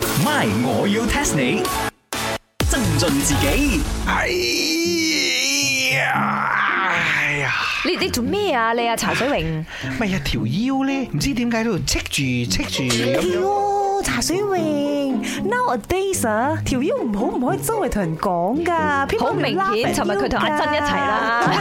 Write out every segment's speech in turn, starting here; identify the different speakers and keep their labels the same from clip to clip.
Speaker 1: My，我要 test 你。增進自己
Speaker 2: 哎呀，哎呀，
Speaker 3: 你你做咩啊？你啊，茶水榮，
Speaker 2: 咪日條腰咧，唔知點解喺度戚住戚住 咁
Speaker 4: 係
Speaker 2: 樣。
Speaker 4: 喎，茶水泳 nowadays 啊，條腰唔好唔可以周圍同人講噶，
Speaker 3: 好明顯，尋日佢同阿珍一齊。啦。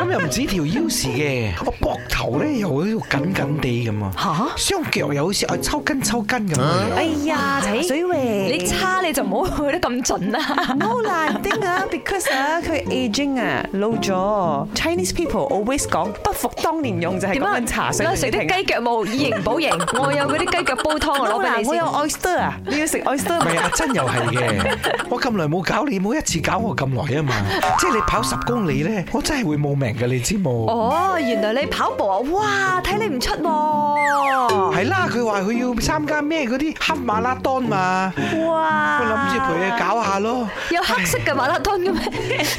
Speaker 2: 咁又唔止條腰事嘅，我膊頭咧又喺度緊緊地咁啊，雙腳又好似啊抽筋抽筋咁啊
Speaker 4: 哎
Speaker 3: 啊
Speaker 2: 樣。
Speaker 4: 呀，茶水泳，
Speaker 3: 你差你就唔好去得咁盡啦。
Speaker 4: no 啦，丁啊，because 啊，佢 aging 啊，老咗。Chinese people always 講不復當年勇就係
Speaker 3: 點
Speaker 4: 咁
Speaker 3: 啊？
Speaker 4: 樣茶水
Speaker 3: 我食啲雞腳冇以形補形， 我有嗰啲雞腳煲湯，我
Speaker 4: 我
Speaker 3: 攞俾你
Speaker 4: 我
Speaker 3: 先
Speaker 4: 有。oyster 啊，你要 食
Speaker 2: 唔
Speaker 4: oyster
Speaker 2: 係阿珍又係嘅，我咁耐冇搞你，冇一次搞我咁耐啊嘛！即係你跑十公里咧，我真係會冇命嘅，你知冇？
Speaker 3: 哦，原來你跑步啊！哇，睇你唔出喎。
Speaker 2: 係啦，佢話佢要參加咩嗰啲黑馬拉當嘛，我
Speaker 4: 哇！
Speaker 2: 諗住陪佢搞下咯。
Speaker 3: 有黑色嘅馬拉松嘅 咩？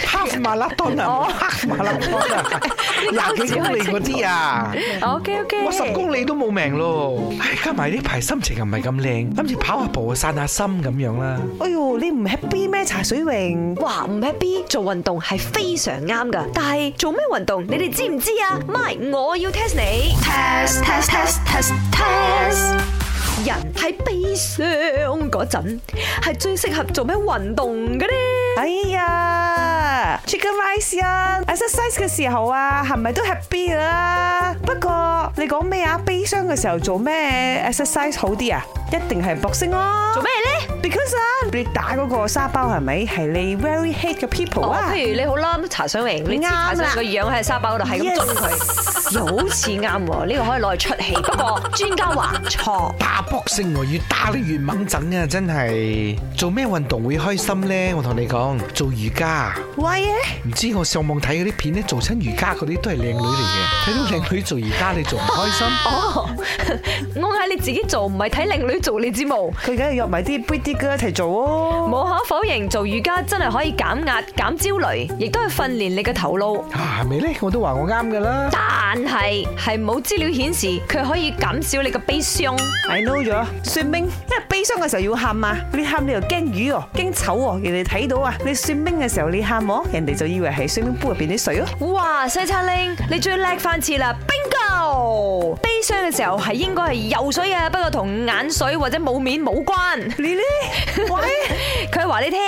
Speaker 2: 黑馬拉當啊，黑馬拉當啊，廿幾公里嗰啲啊！
Speaker 3: OK OK，
Speaker 2: 我十公里都冇命咯，哎唉，加埋呢排心情又唔係咁靚，諗住跑下步啊，散下心咁樣啦。
Speaker 4: 哎呦，你唔 happy 咩？茶水泳
Speaker 3: 哇，唔 happy 做運動係非常啱噶，但係做咩運動你哋知唔知啊？My，我要 test 你。test test test test test。人喺悲傷嗰陣係最適合做咩運動嘅呢？
Speaker 4: 哎呀，Chicken Rice 啊，exercise 嘅時候啊，係咪都 happy 噶啦？不過你講咩啊？悲傷嘅時候做咩 exercise 好啲啊？一定係搏聲咯。
Speaker 3: 做咩呢？
Speaker 4: ？Because 啊，你打嗰個沙包係咪係你 very hate 嘅 people
Speaker 3: 哦，
Speaker 4: 啊？
Speaker 3: 譬如你好啦，茶水榮，你知
Speaker 4: 啱啦
Speaker 3: 茶水榮個樣喺沙包度係咁中佢，又好似啱喎，呢個可以攞嚟出氣。 不過專家話錯。
Speaker 2: 打卜聲喎，越打你越猛整啊！真係做咩運動會開心呢？我同你講，做瑜伽，
Speaker 4: 喂耶！
Speaker 2: 唔知我上網睇嗰啲片咧，做親瑜伽嗰啲都係靚女嚟嘅。睇到靚女做瑜伽，你仲唔開心？
Speaker 3: 哦， 我嗌你自己做，唔係睇靚女做你知冇？
Speaker 4: 佢梗係約埋啲 pretty girl 一齊做哦。
Speaker 3: 無可否認，做瑜伽真係可以減壓、減焦慮，亦都係訓練你嘅頭腦。
Speaker 2: 啊，係咪呢？我都話我啱噶啦。
Speaker 3: 但係係冇資料顯示佢可以減少你嘅悲傷。
Speaker 4: I know 咗，算命，因為悲傷嘅時候要喊嘛，你喊你又驚魚喎，驚醜喎，人哋睇到啊。你算命嘅時候你喊我，人哋就以為係算命杯入邊啲水咯。
Speaker 3: 哇，西餐拎，你最叻翻次啦，bingo！悲傷嘅時候係應該係游水啊，不過同眼水或者冇面冇關。
Speaker 4: 你咧，喂，
Speaker 3: 佢話你聽，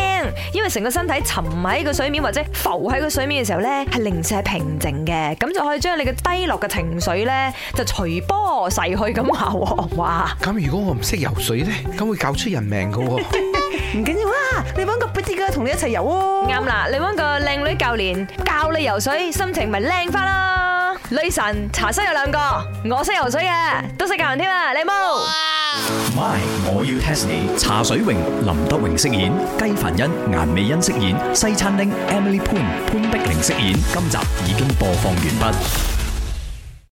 Speaker 3: 因為成個身體沉喺個水面或者浮喺個水面嘅時候呢，係零舍平靜嘅，咁就可以將你嘅低落嘅情緒呢，就隨波逝去咁話喎。哇！
Speaker 2: 咁如果我唔識游水呢，咁會搞出人命噶喎。
Speaker 4: 唔緊要啦，你揾個 pretty girl 同你一齊游哦。
Speaker 3: 啱啦，你揾個靚女教練教你游水，心情咪靚翻啦。女神茶室有兩個，我識游水嘅，都識教人添啊，你冇？
Speaker 1: ，My，我要 test 你。茶水榮、林德榮飾演，雞凡欣、顏美欣飾演，西餐廳 Emily Poon 潘碧玲飾演。今集已經播放完畢。